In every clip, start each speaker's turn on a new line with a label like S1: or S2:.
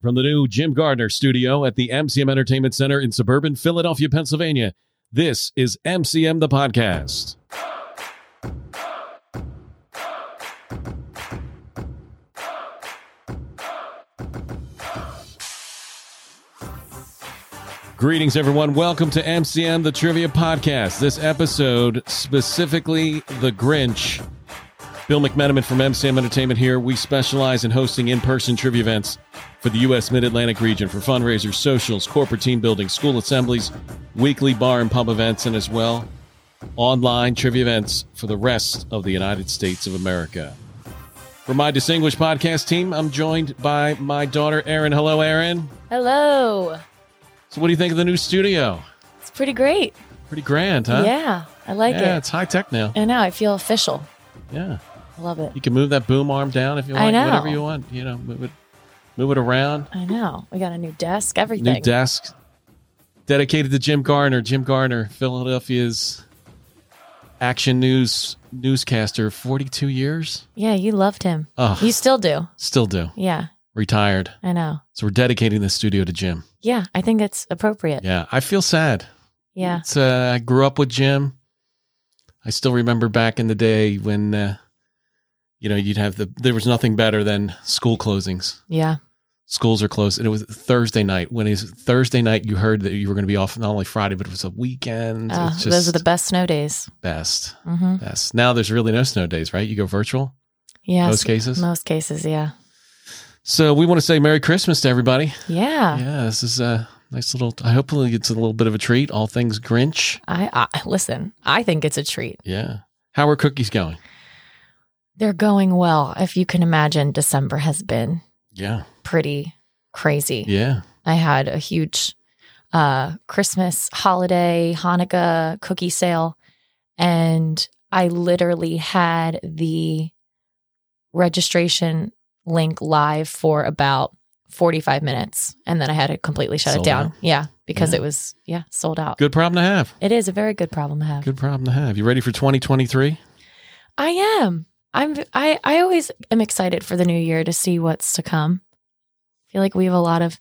S1: From the new Jim Gardner studio at the MCM Entertainment Center in suburban Philadelphia, Pennsylvania, this is MCM the Podcast. Greetings, everyone. Welcome to MCM the Trivia Podcast. This episode, specifically The Grinch. Bill McMenamin from MCM Entertainment here. We specialize in hosting in person trivia events for the U.S. Mid Atlantic region for fundraisers, socials, corporate team building, school assemblies, weekly bar and pub events, and as well online trivia events for the rest of the United States of America. For my distinguished podcast team, I'm joined by my daughter, Erin. Hello, Erin.
S2: Hello.
S1: So, what do you think of the new studio?
S2: It's pretty great.
S1: Pretty grand, huh?
S2: Yeah, I like
S1: yeah,
S2: it.
S1: it's high tech now.
S2: I know. I feel official.
S1: Yeah.
S2: I love it.
S1: You can move that boom arm down if you
S2: I
S1: want,
S2: know.
S1: whatever you want. You know, move it, move it around.
S2: I know. We got a new desk.
S1: New
S2: Everything.
S1: desk dedicated to Jim Garner. Jim Garner, Philadelphia's action news newscaster, forty-two years.
S2: yeah, you loved him.
S1: Oh,
S2: You still do.
S1: still do.
S2: Yeah,
S1: Retired.
S2: I know.
S1: So we're dedicating this studio to Jim.
S2: Yeah, I think it's appropriate.
S1: Yeah, I feel sad.
S2: Yeah.
S1: It's, uh, I grew up with Jim. I still remember back in the day when, uh, you know, you'd have the there was nothing better than school closings.
S2: Yeah.
S1: Schools are closed, and it was Thursday night. When it's Thursday night, you heard that you were going to be off not only Friday, but it was a weekend.
S2: Uh,
S1: it's
S2: those are
S1: just
S2: the best snow days.
S1: best,
S2: hmm
S1: best. Now there's really no snow days, right? You go virtual
S2: Yes.
S1: most cases.
S2: Most cases, yeah.
S1: So we want to say Merry Christmas to everybody.
S2: Yeah.
S1: Yeah, this is a nice little. I hopefully it's a little bit of a treat. All things Grinch.
S2: I, I listen. I think it's a treat.
S1: Yeah. How are cookies going?
S2: They're going well. If you can imagine, December has been
S1: Yeah.
S2: pretty crazy.
S1: Yeah.
S2: I had a huge uh, Christmas holiday, Hanukkah cookie sale, and I literally had the registration link live for about 45 minutes. And then I had to completely shut
S1: Sold
S2: it down.
S1: out.
S2: Yeah, because
S1: Yeah.
S2: it was, yeah, sold out.
S1: Good problem to have.
S2: It is a very good problem to have.
S1: Good problem to have. You ready for 2023?
S2: I am. I'm I I always am excited for the new year to see what's to come. I feel like we have a lot of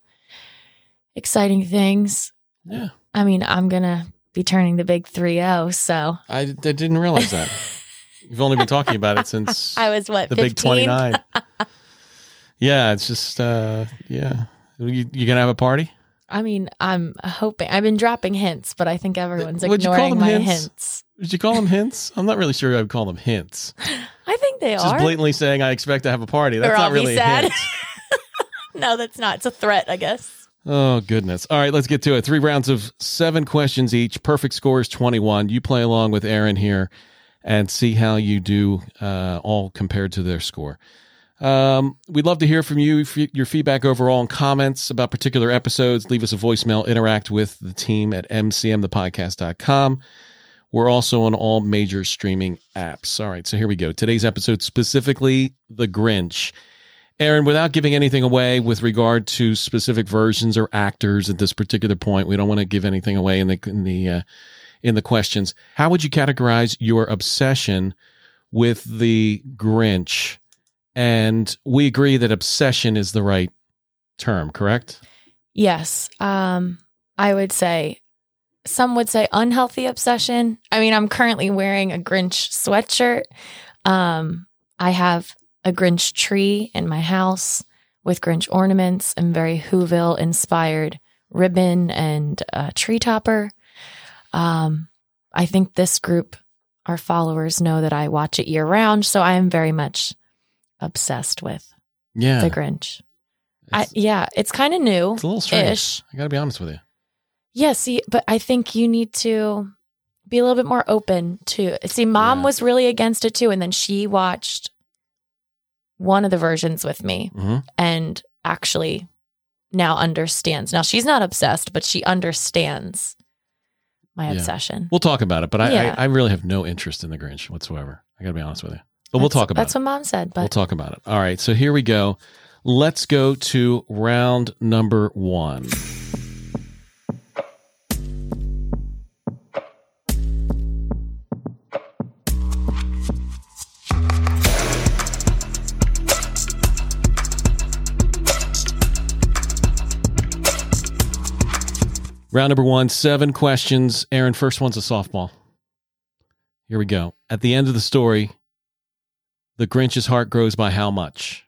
S2: exciting things.
S1: Yeah.
S2: I mean, I'm going to be turning the big 30, so
S1: I, I didn't realize that. You've only been talking about it since
S2: I was what
S1: the
S2: 15?
S1: big 29. yeah, it's just, uh, yeah. You, you gonna have a party?
S2: I mean, I'm hoping. I've been dropping hints, but I think everyone's
S1: Would you call
S2: ignoring
S1: them
S2: my
S1: hints?
S2: hints?
S1: Did you call them hints? I'm not really sure I would call them hints.
S2: I think they
S1: Just
S2: are.
S1: blatantly saying I expect to have a party. That's
S2: They're
S1: not
S2: all be
S1: really a
S2: sad.
S1: hint.
S2: no, that's not. It's a threat, I guess.
S1: Oh goodness. All right, let's get to it. Three rounds of seven questions each. Perfect score is 21. You play along with Aaron here and see how you do uh, all compared to their score. Um, we'd love to hear from you, f- your feedback overall and comments about particular episodes. Leave us a voicemail, interact with the team at mcmthepodcast.com. We're also on all major streaming apps. All right, so here we go. Today's episode, specifically The Grinch. Aaron, without giving anything away with regard to specific versions or actors at this particular point, we don't want to give anything away in the in the uh, in the questions. How would you categorize your obsession with the Grinch? And we agree that obsession is the right term, correct?
S2: Yes. Um, I would say some would say unhealthy obsession. I mean, I'm currently wearing a Grinch sweatshirt. Um, I have a Grinch tree in my house with Grinch ornaments and very Whoville inspired ribbon and uh, tree topper. Um, I think this group, our followers, know that I watch it year round. So I am very much obsessed with
S1: Yeah,
S2: the Grinch. I,
S1: it's,
S2: yeah, it's kind of new
S1: it's a little strange.
S2: ish.
S1: I got to be honest with you.
S2: Yeah, see, but I think you need to be a little bit more open to see mom
S1: Yeah.
S2: was really against it too, and then she watched one of the versions with me
S1: hmm
S2: and actually now understands. Now she's not obsessed, but she understands my
S1: Yeah.
S2: obsession.
S1: We'll talk about it, but I,
S2: Yeah.
S1: I I really have no interest in the Grinch whatsoever. I got to be honest with you, but we'll
S2: That's-
S1: talk about it.
S2: That's what mom said,
S1: we'll
S2: but
S1: talk about it. All right, so here we go. Let's go to round number one. Round number one, seven questions. Aaron, first one's a softball. Here we go. At the end of the story, the Grinch's heart grows by how much?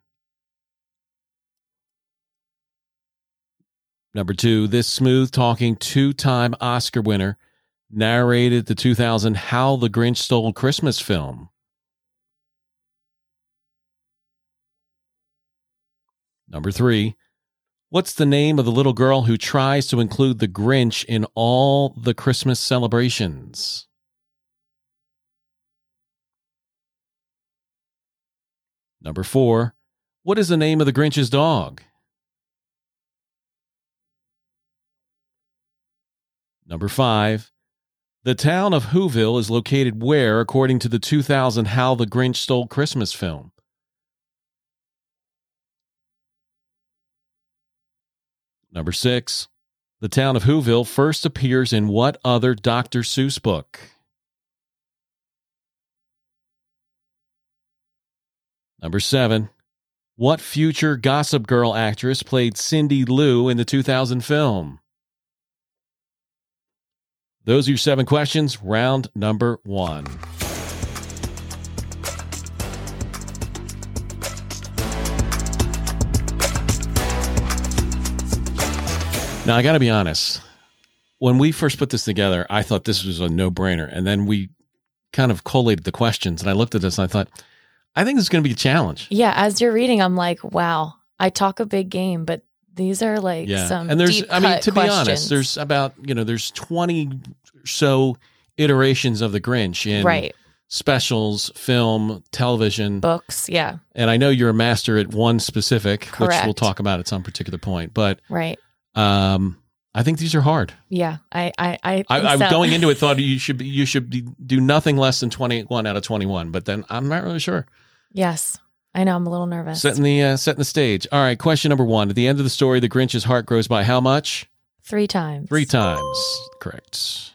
S1: Number two, this smooth talking two time Oscar winner narrated the 2000 How the Grinch Stole Christmas film. Number three, what's the name of the little girl who tries to include the Grinch in all the Christmas celebrations? Number four, what is the name of the Grinch's dog? Number five, the town of Whoville is located where, according to the 2000 How the Grinch Stole Christmas film? Number six, the town of Whoville first appears in what other Dr. Seuss book? Number seven, what future Gossip Girl actress played Cindy Lou in the 2000 film? Those are your seven questions, round number one. Now, I got to be honest. When we first put this together, I thought this was a no brainer. And then we kind of collated the questions. And I looked at this and I thought, I think this is going to be a challenge.
S2: Yeah, as you're reading, I'm like, wow, I talk a big game, but these are like
S1: Yeah.
S2: some
S1: and there's,
S2: deep
S1: I mean,
S2: cut
S1: to be honest,
S2: questions.
S1: there's about, you know, there's 20 or so iterations of the Grinch in
S2: right
S1: specials, film, television.
S2: books. Yeah,
S1: and I know you're a master at one specific, which we'll
S2: Correct.
S1: talk about at some particular point. But
S2: right.
S1: um, I think these are hard.
S2: Yeah, I, I, I,
S1: I,
S2: think
S1: I
S2: so.
S1: going into it thought you should be, you should be, do nothing less than 21 out of 21, but then I'm not really sure.
S2: Yes, I know. I'm a little nervous.
S1: Setting the uh, setting the stage. All right, question number one. At the end of the story, the Grinch's heart grows by how much?
S2: Three times.
S1: Three times. Correct.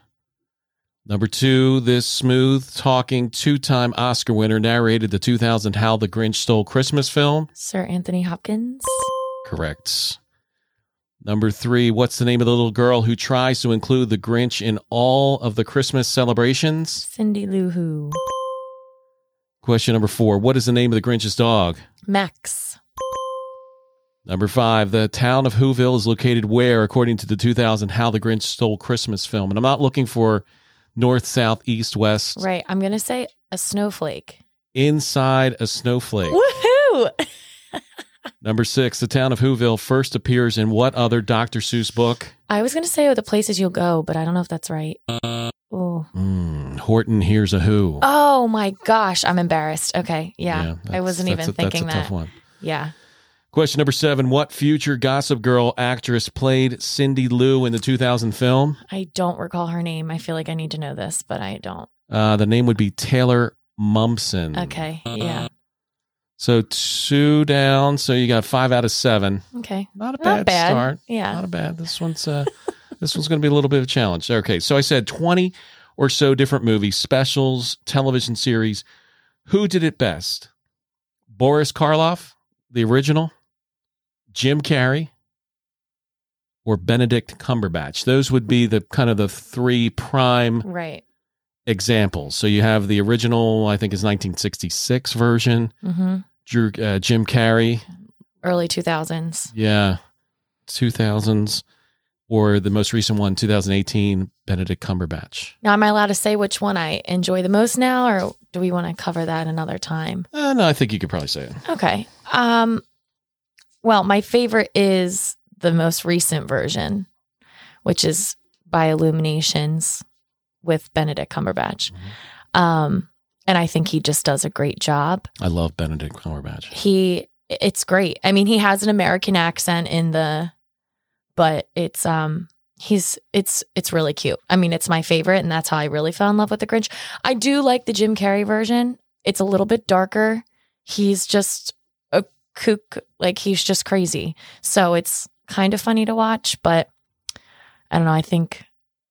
S1: Number two, this smooth talking two time Oscar winner narrated the 2000 How the Grinch Stole Christmas film.
S2: Sir Anthony Hopkins.
S1: Correct. Number three, what's the name of the little girl who tries to include the Grinch in all of the Christmas celebrations?
S2: Cindy Lou Who.
S1: Question number four, what is the name of the Grinch's dog?
S2: Max.
S1: Number five, the town of Whoville is located where, according to the 2000 How the Grinch Stole Christmas film? And I'm not looking for north, south, east, west,
S2: Right. I'm gonna say a snowflake.
S1: inside a snowflake.
S2: Woohoo!
S1: Number six, the town of Whoville first appears in what other Dr. Seuss book?
S2: I was gonna say the places you'll go, but I don't know if that's right.
S1: Uh,
S2: Oh.
S1: Hmm, Horton Hears a Who.
S2: Oh my gosh, I'm embarrassed. Okay. Yeah. I
S1: that's-
S2: wasn't
S1: that's
S2: even
S1: a-
S2: thinking
S1: That's a tough
S2: that.
S1: one.
S2: Yeah.
S1: Question number seven What future Gossip Girl actress played Cindy Lou in the 2000 film?
S2: I don't recall her name. I feel like I need to know this, but I don't.
S1: Uh, the name would be Taylor Mumpson.
S2: Okay. Yeah.
S1: So two down. So you got five out of seven.
S2: Okay.
S1: Not a Uh, bad,
S2: Not bad.
S1: start.
S2: Yeah.
S1: Not a bad. This one's uh, this one's going to be a little bit of a challenge. Okay. So I said 20 or so different movies, specials, television series. Who did it best? Boris Karloff, the original, Jim Carrey, or Benedict Cumberbatch. Those would be the kind of the three prime
S2: Right.
S1: examples. So you have the original, I think is 1966 version,
S2: Mm-hmm.
S1: Drew uh, Jim Carrey,
S2: Early two thousands.
S1: yeah, 2000s, or the most recent one, 2018, Benedict Cumberbatch.
S2: Now, am I allowed to say which one I enjoy the most now, or do we want to cover that another time?
S1: Uh, no, I think you could probably say it.
S2: Okay. Um, well, my favorite is the most recent version, which is by Illuminations with Benedict Cumberbatch. Um, and I think he just does a great job.
S1: I love Benedict Cumberbatch.
S2: He, it's great. I mean, he has an American accent in the, but it's, um, he's, it's, it's really cute. I mean, it's my favorite, and that's how I really fell in love with the Grinch. I do like the Jim Carrey version. It's a little bit darker. He's just a kook, like he's just crazy. So it's kind of funny to watch, but I don't know. I think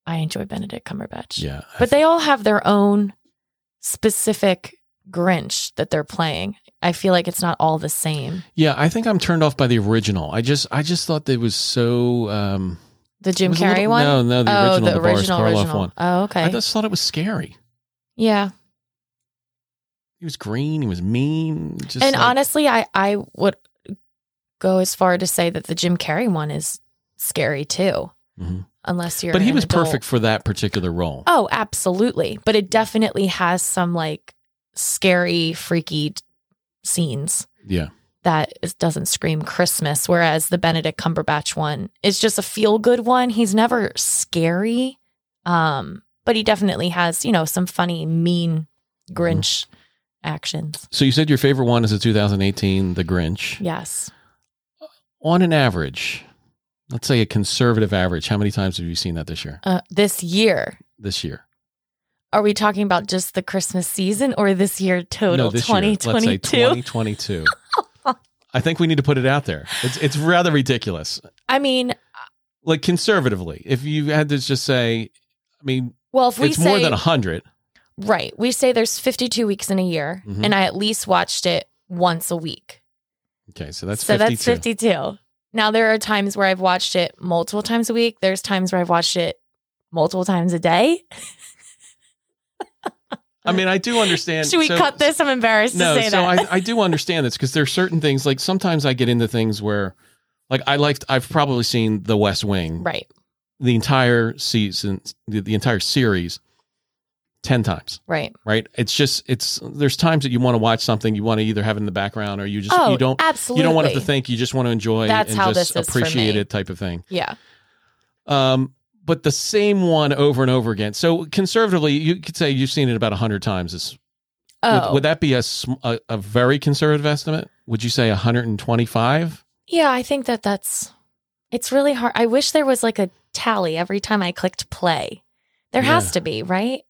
S2: I enjoy Benedict Cumberbatch.
S1: Yeah.
S2: But they all have their own specific Grinch that they're playing. I feel like it's not all the same.
S1: yeah, I think I'm turned off by the original. I just I just thought that it was so um
S2: The Jim
S1: was a
S2: Carrey
S1: little-
S2: one?
S1: No, no, the
S2: oh,
S1: original,
S2: the
S1: the, Boris
S2: original,
S1: Karloff
S2: original.
S1: one.
S2: Oh, okay.
S1: I just thought it was scary.
S2: yeah.
S1: He was green. He was mean. Just
S2: and
S1: like-
S2: honestly, I I would go as far to say that the Jim Carrey one is scary too,
S1: Mhm.
S2: unless you're.
S1: but he
S2: an
S1: was
S2: adult.
S1: perfect for that particular role.
S2: Oh, absolutely. But it definitely has some like scary, freaky t- scenes
S1: Yeah,
S2: that is- doesn't scream Christmas. Whereas the Benedict Cumberbatch one is just a feel good one. He's never scary, um, but he definitely has you know some funny, mean Grinch actions.
S1: So you said your favorite one is the 2018 The Grinch.
S2: Yes.
S1: On an average, let's say a conservative average, how many times have you seen that this year?
S2: Uh, this year,
S1: This year.
S2: Are we talking about just the Christmas season or this year total
S1: no, this year. Let's say
S2: 2022?
S1: 2022. I think we need to put it out there. It's it's rather ridiculous.
S2: I mean,
S1: Like conservatively, if you had to just say I mean,
S2: well, if we
S1: it's
S2: say
S1: more than 100.
S2: right, we say there's 52 weeks in a year
S1: Mhm.
S2: and I at least watched it once a week.
S1: Okay, so that's
S2: so
S1: 52.
S2: that's 52. Now there are times where I've watched it multiple times a week. There's times where I've watched it multiple times a day.
S1: I mean, I do understand.
S2: Should we
S1: so-
S2: cut this? I'm embarrassed
S1: No,
S2: to say
S1: so
S2: that.
S1: I, I do understand this because there's certain things like sometimes I get into things where like I liked I've probably seen The West Wing
S2: right,
S1: the entire season, the, the entire series, ten times.
S2: right.
S1: Right? It's just it's there's times that you want to watch something you want to either have in the background or you just
S2: oh,
S1: you don't
S2: absolutely.
S1: you don't want to have to think. You just want to enjoy
S2: That's
S1: and
S2: how
S1: just
S2: this is for
S1: appreciate
S2: me.
S1: it type of thing.
S2: Yeah,
S1: Um, but the same one over and over again. So conservatively, you could say you've seen it about hundred times. This
S2: oh,
S1: would, would that be a, sm- a a very conservative estimate? Would you say 125?
S2: Yeah, I think that that's it's really hard. I wish there was like a tally every time I clicked play. There
S1: Yeah.
S2: has to be, right?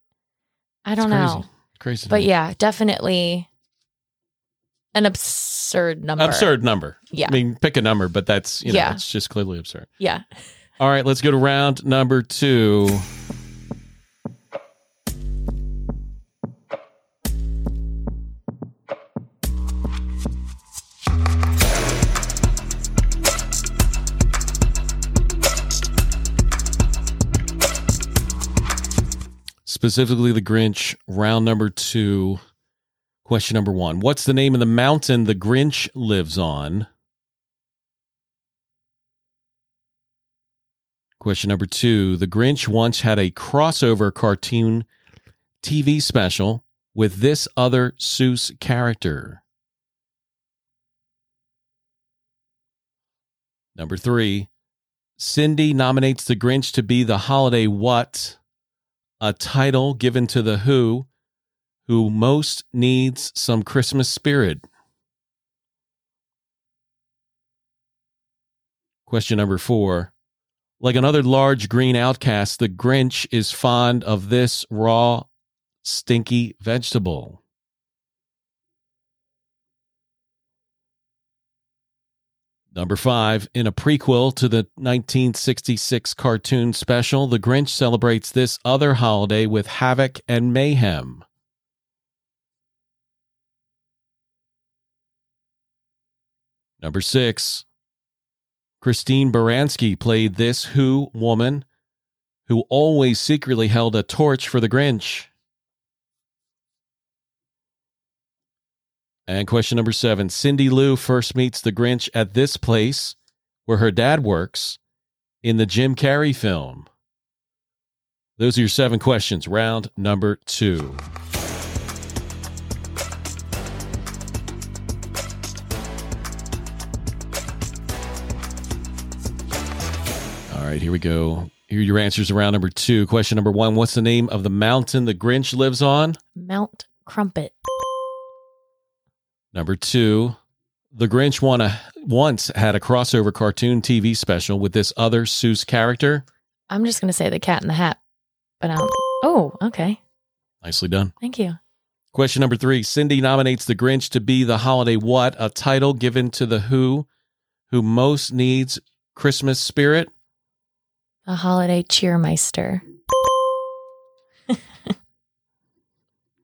S2: I don't
S1: crazy.
S2: know.
S1: Crazy, to
S2: But
S1: me.
S2: yeah, definitely an absurd number.
S1: absurd number.
S2: Yeah.
S1: I mean, pick a number, but that's you know,
S2: Yeah.
S1: it's just clearly absurd.
S2: Yeah.
S1: All right, let's go to round number two. Specifically, the Grinch, round number two. Question number one What's the name of the mountain the Grinch lives on? Question number two The Grinch once had a crossover cartoon TV special with this other Seuss character. Number three Cindy nominates the Grinch to be the holiday what? A title given to the who who most needs some Christmas spirit. Question number four. Like another large green outcast, the Grinch is fond of this raw, stinky vegetable. Number five, in a prequel to the 1966 cartoon special, the Grinch celebrates this other holiday with havoc and mayhem. Number six, Christine Baranski played this Who woman who always secretly held a torch for the Grinch. And question number seven Cindy Lou first meets the Grinch at this place where her dad works in the Jim Carrey film. Those are your seven questions. Round number two. All right, here we go. Here are your answers to round number two. Question number one What's the name of the mountain the Grinch lives on?
S2: Mount Crumpet.
S1: Number two, The Grinch won a, once had a crossover cartoon TV special with this other Seuss character.
S2: I'm just gonna say the cat in the hat. But I don't Oh, okay.
S1: Nicely done.
S2: Thank you.
S1: Question number three Cindy nominates The Grinch to be the holiday what? A title given to the who who most needs Christmas spirit.
S2: The holiday cheermeister.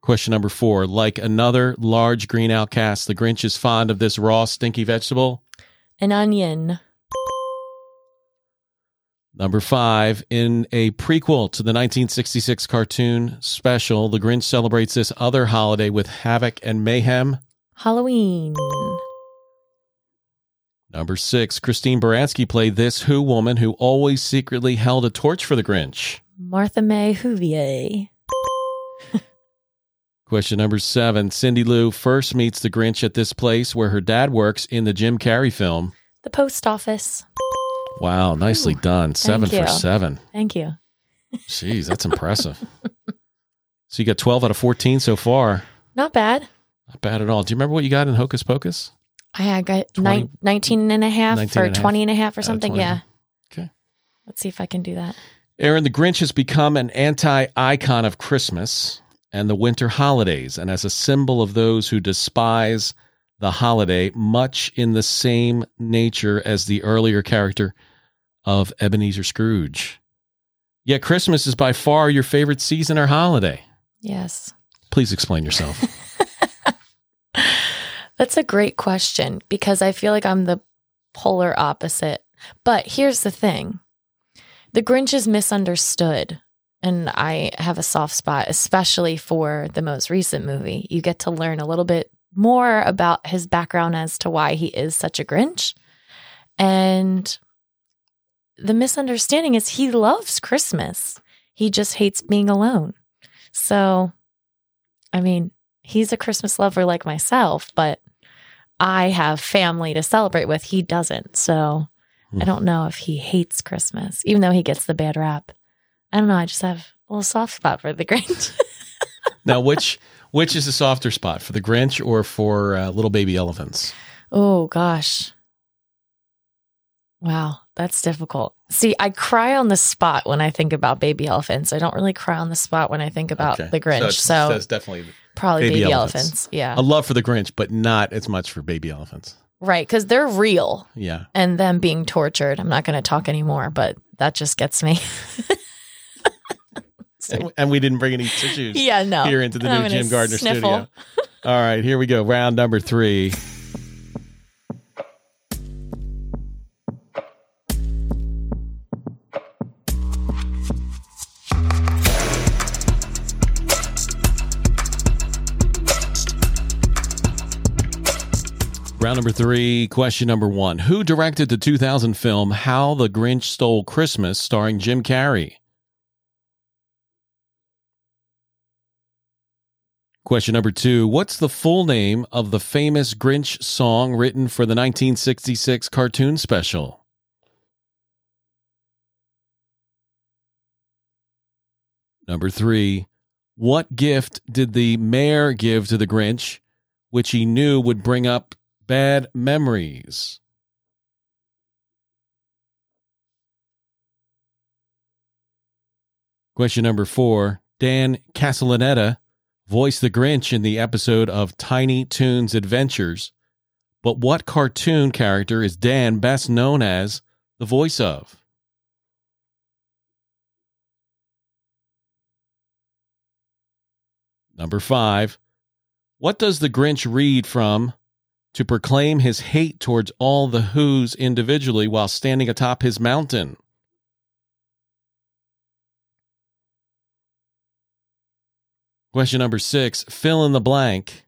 S1: Question number four Like another large green outcast, the Grinch is fond of this raw, stinky vegetable.
S2: An onion.
S1: Number five, in a prequel to the 1966 cartoon special, The Grinch celebrates this other holiday with havoc and mayhem.
S2: Halloween.
S1: Number six, Christine Baranski played this Who woman who always secretly held a torch for the Grinch.
S2: Martha May Huvier.
S1: Question number seven, Cindy Lou first meets the Grinch at this place where her dad works in the Jim Carrey film.
S2: The post office.
S1: Wow, nicely
S2: Ooh,
S1: done. Seven
S2: you.
S1: for seven.
S2: Thank you.
S1: Jeez, that's impressive. So you got 12 out of 14 so far.
S2: Not bad.
S1: Not bad at all. Do you remember what you got in Hocus Pocus?
S2: I had got
S1: 20
S2: nine, 19 and a half
S1: 19
S2: or
S1: and a half.
S2: 20 and a half or
S1: Uh,
S2: something.
S1: 20.
S2: yeah.
S1: Okay.
S2: Let's see if I can do that.
S1: Aaron, the Grinch has become an anti icon of Christmas and the winter holidays, and as a symbol of those who despise the holiday, much in the same nature as the earlier character of Ebenezer Scrooge. Yet Christmas is by far your favorite season or holiday.
S2: Yes.
S1: Please explain yourself.
S2: That's a great question because I feel like I'm the polar opposite. But here's the thing the Grinch is misunderstood. And I have a soft spot, especially for the most recent movie. You get to learn a little bit more about his background as to why he is such a Grinch. And the misunderstanding is he loves Christmas, he just hates being alone. So, I mean, he's a Christmas lover like myself, but I have family to celebrate with. He doesn't. So
S1: Hmm.
S2: I don't know if he hates Christmas, even though he gets the bad rap. I don't know. I just have a little soft spot for the Grinch.
S1: now, which which is the softer spot for the Grinch or for uh, Little Baby Elephants?
S2: oh, gosh. Wow. That's difficult. See, I cry on the spot when I think about baby elephants. I don't really cry on the spot when I think about
S1: Okay.
S2: the Grinch.
S1: it's-
S2: So,
S1: that's definitely
S2: probably
S1: baby
S2: baby,
S1: elephants.
S2: elephants. Yeah.
S1: a love for the Grinch, but not as much for baby elephants.
S2: right. Because they're real.
S1: Yeah.
S2: and them being tortured. I'm not going to talk anymore, but that just gets me.
S1: And, and we didn't bring any tissues
S2: yeah, no.
S1: here into the
S2: I'm
S1: new
S2: gonna
S1: Jim Gardner
S2: sniffle.
S1: studio. All right, here we go. Round number three. Round number three, question number one. Who directed the 2000 film How the Grinch Stole Christmas, starring Jim Carrey? Question number two What's the full name of the famous Grinch song written for the 1966 cartoon special? Number three What gift did the mayor give to the Grinch, which he knew would bring up bad memories? Question number four Dan Castellaneta voiced the Grinch in the episode of Tiny Toons Adventures, but what cartoon character is Dan best known as the voice of? Number five, what does the Grinch read from to proclaim his hate towards all the Who's individually while standing atop his mountain? Question number six fill in the blank.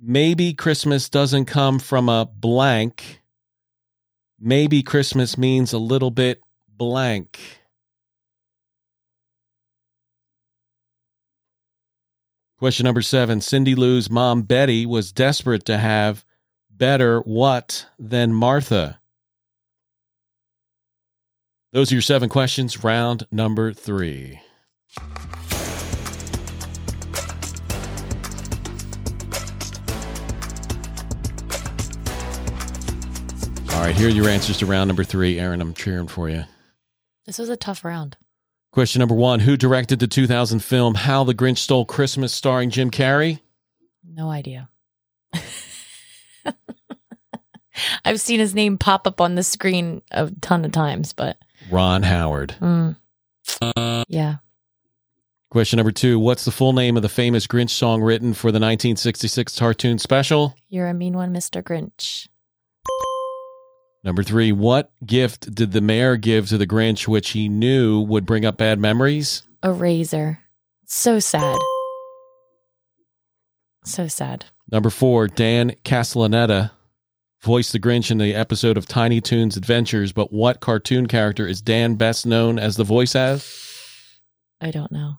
S1: Maybe Christmas doesn't come from a blank. Maybe Christmas means a little bit blank. Question number seven Cindy Lou's mom, Betty, was desperate to have better what than Martha? Those are your seven questions, round number three. All right, here are your answers to round number three. Aaron, I'm cheering for you.
S2: This was a tough round.
S1: Question number one Who directed the 2000 film How the Grinch Stole Christmas, starring Jim Carrey?
S2: No idea. I've seen his name pop up on the screen a ton of times, but
S1: Ron Howard.
S2: mm, yeah.
S1: Question number two What's the full name of the famous Grinch song written for the 1966 cartoon special?
S2: You're a mean one, Mr. Grinch.
S1: Number three, what gift did the mayor give to the Grinch which he knew would bring up bad memories?
S2: A razor. So sad. So sad.
S1: Number four, Dan Castellaneta voiced the Grinch in the episode of Tiny Toons Adventures, but what cartoon character is Dan best known as the voice of?
S2: I don't know.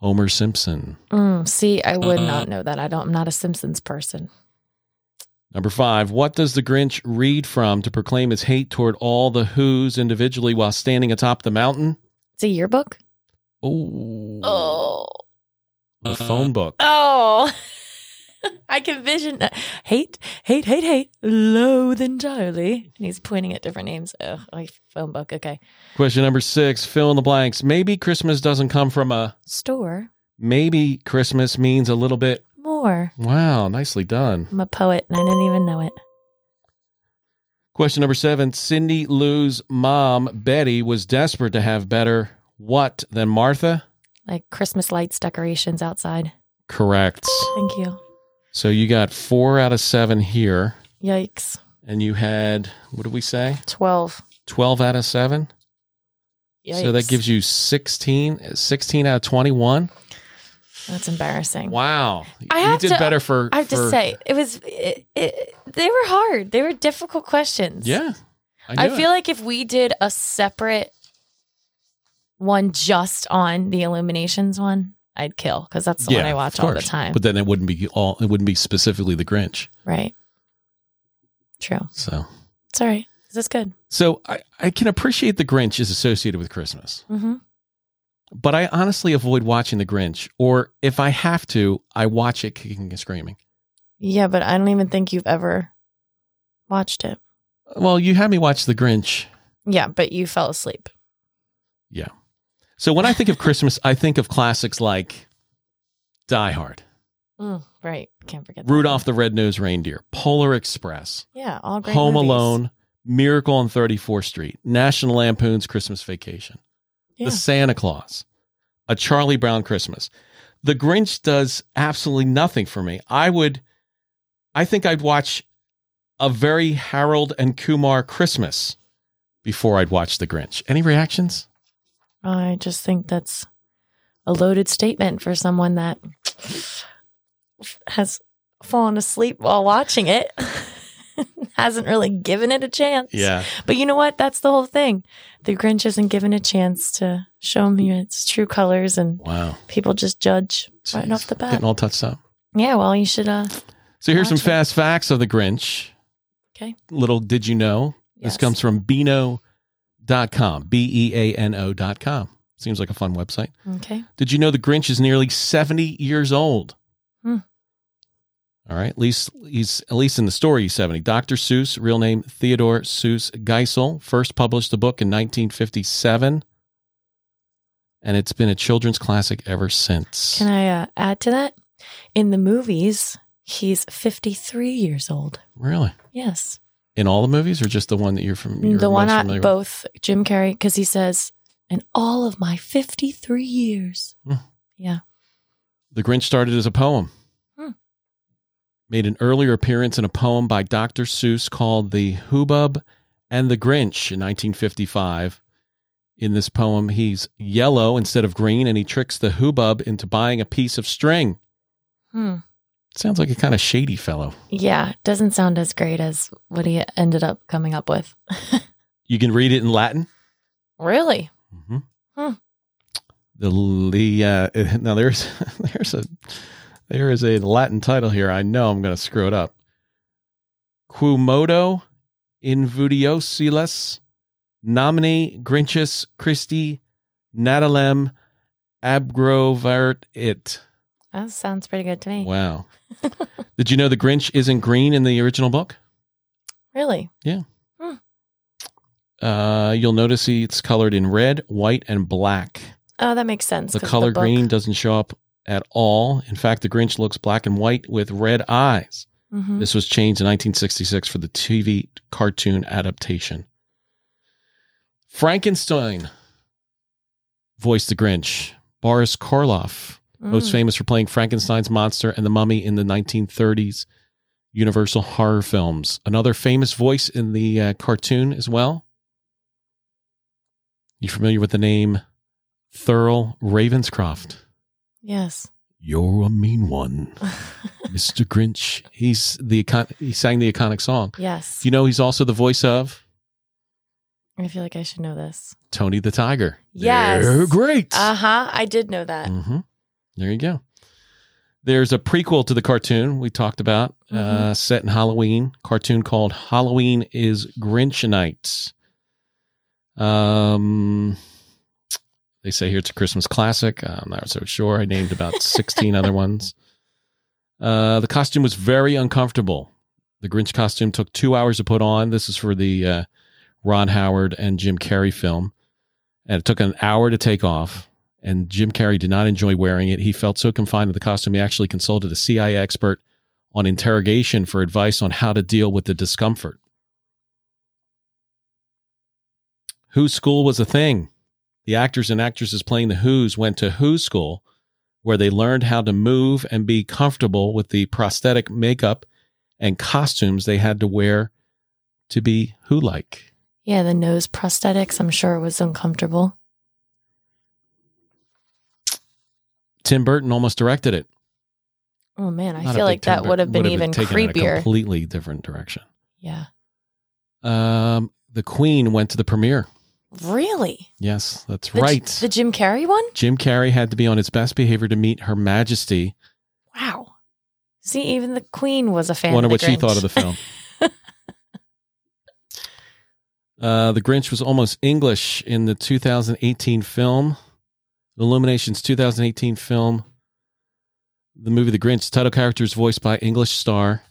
S1: Homer Simpson.
S2: Mm, see, I would not know that. I don't. I'm not a Simpsons person.
S1: Number five, what does the Grinch read from to proclaim his hate toward all the Who's individually while standing atop the mountain?
S2: It's a yearbook.
S1: Ooh.
S2: Oh,
S1: The phone book.
S2: oh. I can vision uh, hate, hate, hate, hate, loathe entirely. And he's pointing at different names. Oh, my phone book. Okay,
S1: Question number six, fill in the blanks. Maybe Christmas doesn't come from a.
S2: store
S1: Maybe Christmas means a little bit.
S2: more.
S1: Wow, nicely done.
S2: I'm a poet, and I didn't even know it.
S1: Question number seven Cindy Lou's mom, Betty, was desperate to have better what than Martha?
S2: Like Christmas lights, decorations outside.
S1: Correct.
S2: Thank you.
S1: So you got four out of seven here,
S2: Yikes.
S1: and you had, what did we say?
S2: Twelve.
S1: 12 out of seven?
S2: Yikes.
S1: So that gives you 16, 16 out of 21.
S2: That's embarrassing.
S1: Wow.
S2: I
S1: you
S2: have
S1: did
S2: to-
S1: better for.
S2: I have to
S1: for-
S2: say, it was it, it, they were hard. They were difficult questions.
S1: Yeah.
S2: I,
S1: knew it.
S2: feel like if we did a separate one just on the illuminations one, I'd kill because that's the one I
S1: of
S2: watch all the
S1: course.
S2: time.
S1: But then it wouldn't be all, it wouldn't be specifically the Grinch.
S2: right. True.
S1: So.
S2: It's all right. Is this good?
S1: So I, I can appreciate the Grinch is associated with Christmas.
S2: Mm-hmm.
S1: but I honestly avoid watching The Grinch, or if I have to, I watch it kicking and screaming.
S2: Yeah, but I don't even think you've ever watched it.
S1: Well, you had me watch The Grinch.
S2: Yeah, but you fell asleep.
S1: So when I think of Christmas, I think of classics like Die Hard,
S2: Mm, right. Can't forget that.
S1: Rudolph the Red-Nosed Reindeer, Polar Express,
S2: Yeah, all Oh, great.
S1: Home
S2: movies.
S1: Alone, Miracle on 34th Street, National Lampoon's Christmas Vacation,
S2: Yeah.
S1: The Santa Claus, A Charlie Brown Christmas. The Grinch does absolutely nothing for me. I would, I think I'd watch a very Harold and Kumar Christmas before I'd watch The Grinch. Any reactions?
S2: I just think that's a loaded statement for someone that has fallen asleep while watching it, hasn't really given it a chance. But you know what? That's the whole thing. The Grinch isn't given a chance to show me its true colors, and
S1: Wow.
S2: people just judge right
S1: Jeez.
S2: off the bat.
S1: Getting all touched up.
S2: yeah, well, you should. uh
S1: So here's some
S2: Gotcha.
S1: fast facts of The Grinch.
S2: Okay.
S1: Little did you know. This
S2: yes.
S1: comes from Beano.com, B E A N O.com. Seems like a fun website.
S2: Okay.
S1: Did you know the Grinch is nearly 70 years old?
S2: Hmm.
S1: All right, at least he's at least in the story he's 70. Dr. Seuss, real name Theodore Seuss Geisel, first published the book in 1957 and it's been a children's classic ever since.
S2: Can I uh, add to that? In the movies, he's 53 years old.
S1: really?
S2: Yes.
S1: In all the movies or just the one that you're from you're
S2: the one
S1: most
S2: at
S1: familiar
S2: both Jim Carrey because he says, "In all of my fifty-three years."
S1: with? The Grinch started as a poem.
S2: Hmm.
S1: Made an earlier appearance in a poem by Dr. Seuss called The Hubbub and the Grinch in 1955. In this poem, he's yellow instead of green, and he tricks the hubbub into buying a piece of string.
S2: Hmm.
S1: Sounds like a kind of shady fellow.
S2: Yeah, doesn't sound as great as what he ended up coming up with.
S1: You can read it in Latin.
S2: Really?
S1: Mm-hmm.
S2: Hmm.
S1: The the uh, now there's there's a there is a Latin title here. I know I'm going to screw it up. Quumodo invidiosiles nomine Grinchus Christi natalem abgrovert it.
S2: That sounds pretty good to me.
S1: Wow. Did you know the Grinch isn't green in the original book?
S2: Really?
S1: Uh, you'll notice he- it's colored in red, white, and black.
S2: Oh, that makes sense.
S1: the
S2: 'cause
S1: color
S2: book-
S1: green doesn't show up at all. In fact, the Grinch looks black and white with red eyes.
S2: Mhm.
S1: This was changed in 1966 for the TV cartoon adaptation. Frankenstein voiced the Grinch. Boris Karloff, most
S2: Mm.
S1: famous for playing Frankenstein's monster and the mummy in the 1930s, Universal horror films. Another famous voice in the uh, cartoon as well. You familiar with the name Thurl Ravenscroft?
S2: Yes.
S1: You're a mean one, Mr. Grinch. He's the icon- he sang the iconic song.
S2: yes.
S1: You know he's also the voice of
S2: I feel like I should know this.
S1: Tony the Tiger.
S2: Yes.
S1: They're great.
S2: Uh huh. I did know that.
S1: hmm There you go. There's a prequel to the cartoon we talked about, uh, set in Halloween, cartoon called Halloween is Grinch Night. Um, they say here it's a Christmas classic. I'm not so sure. I named about 16 other ones. Uh, the costume was very uncomfortable. The Grinch costume took two hours to put on. This is for the uh, Ron Howard and Jim Carrey film. And it took an hour to take off and Jim Carrey did not enjoy wearing it. He felt so confined to the costume, he actually consulted a CIA expert on interrogation for advice on how to deal with the discomfort. Who's school was a thing. The actors and actresses playing the Who's went to Who's school, where they learned how to move and be comfortable with the prosthetic makeup and costumes they had to wear to be Who like.
S2: Yeah, the nose prosthetics, I'm sure, was uncomfortable.
S1: Tim Burton almost directed it.
S2: Oh man, I
S1: Not a
S2: feel
S1: big
S2: like
S1: Tim
S2: that
S1: Burton.
S2: would have been
S1: Would've
S2: even
S1: taken in a
S2: creepier.
S1: completely different direction.
S2: yeah.
S1: Um, the Queen went to the premiere.
S2: Really?
S1: Yes, that's
S2: The J-
S1: right.
S2: the Jim Carrey one?
S1: Jim Carrey had to be on his best behavior to meet Her Majesty.
S2: Wow. See, even the Queen was a fan.
S1: Wonder
S2: of the
S1: what she
S2: Grinch.
S1: thought of the film. uh, the Grinch was almost English in the 2018 film, Illumination's 2018 film. The movie The Grinch. Title character is voiced by English star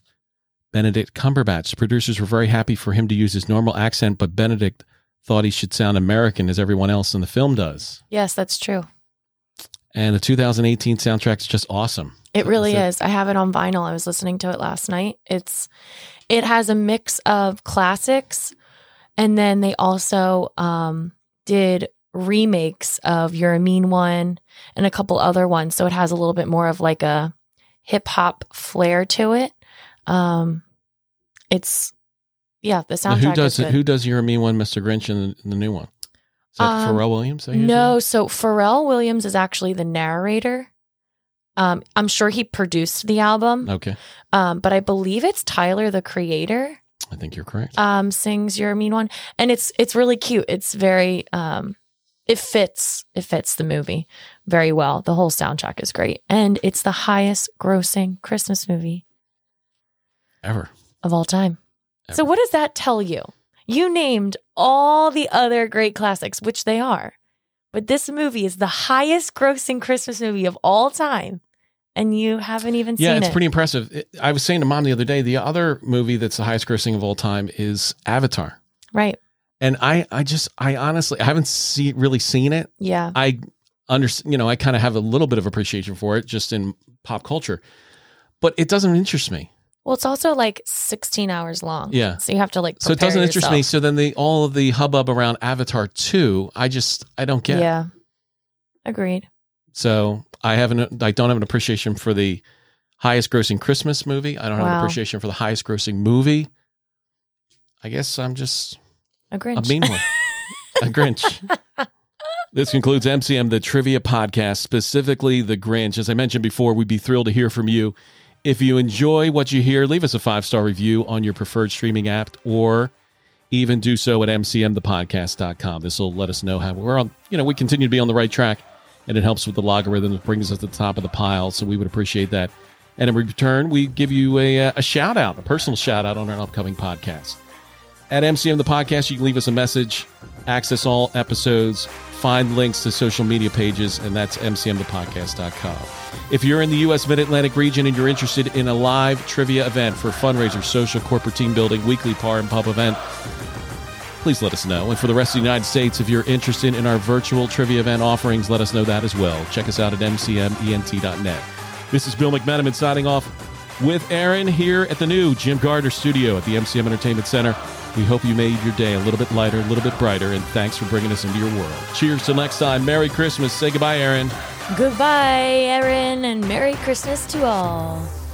S1: Benedict Cumberbatch. Producers were very happy for him to use his normal accent, but Benedict thought he should sound American as everyone else in the film does.
S2: Yes, that's true.
S1: And the 2018 soundtrack is just awesome.
S2: It really
S1: Is it-
S2: is. I have it on vinyl. I was listening to it last night. It's it has a mix of classics and then they also um did remakes of You're a Mean One and a couple other ones. So it has a little bit more of like a hip hop flair to it. Um it's yeah, the
S1: Now,
S2: soundtrack
S1: who does
S2: is good.
S1: who does your mean one, Mr. Grinch, in the, in the new one? Is that
S2: Um,
S1: Pharrell Williams? I hear
S2: No,
S1: that?
S2: so Pharrell Williams is actually the narrator. Um, I'm sure he produced the album,
S1: Okay,
S2: um, but I believe it's Tyler, the creator,
S1: I think you're correct.
S2: um, sings "You're a Mean One," and it's it's really cute. It's very um, it fits it fits the movie very well. The whole soundtrack is great, and it's the highest grossing Christmas movie
S1: Ever
S2: of all time. So what does that tell you? You named all the other great classics, which they are, but this movie is the highest grossing Christmas movie of all time, and you haven't even
S1: yeah,
S2: seen
S1: it's
S2: it.
S1: pretty impressive. It- I was saying to mom the other day, the other movie that's the highest grossing of all time is Avatar,
S2: right?
S1: and I I just I honestly I haven't see, really seen it.
S2: Yeah,
S1: I understand, you know, I kind of have a little bit of appreciation for it just in pop culture, but it doesn't interest me.
S2: Well, it's also like 16 hours long.
S1: Yeah.
S2: So you have to like.
S1: So it
S2: prepare
S1: doesn't interest me.
S2: yourself.
S1: So then the all of the hubbub around Avatar two, I just I don't get.
S2: Yeah. Agreed.
S1: So I haven't. I don't have an appreciation for the highest grossing Christmas movie. I don't have an
S2: Wow.
S1: appreciation for the highest grossing movie. I guess I'm just
S2: A
S1: a
S2: Grinch.
S1: mean one, a Grinch. This concludes MCM, the trivia podcast, specifically The Grinch. As I mentioned before, we'd be thrilled to hear from you. If you enjoy what you hear, leave us a five star review on your preferred streaming app or even do so at mcmthepodcast.com. This will let us know how we're on, you know, we continue to be on the right track and it helps with the logarithm that brings us to the top of the pile. So we would appreciate that. And in return, we give you a, uh, a shout out, a personal shout out on our upcoming podcast. At MCM the podcast, you can leave us a message, access all episodes, find links to social media pages, and that's mcmthepodcast.com. If you're in the U.S. Mid Atlantic region and you're interested in a live trivia event for fundraiser, social, corporate team building, weekly par and pub event, please let us know. And for the rest of the United States, if you're interested in our virtual trivia event offerings, let us know that as well. Check us out at E mcment.net. This is Bill McMenamin signing off with Aaron here at the new Jim Gardner studio at the MCM Entertainment Center. We hope you made your day a little bit lighter, a little bit brighter, and thanks for bringing us into your world. Cheers till next time. Merry Christmas. Say goodbye, Aaron.
S2: Goodbye, Erin, and Merry Christmas to all.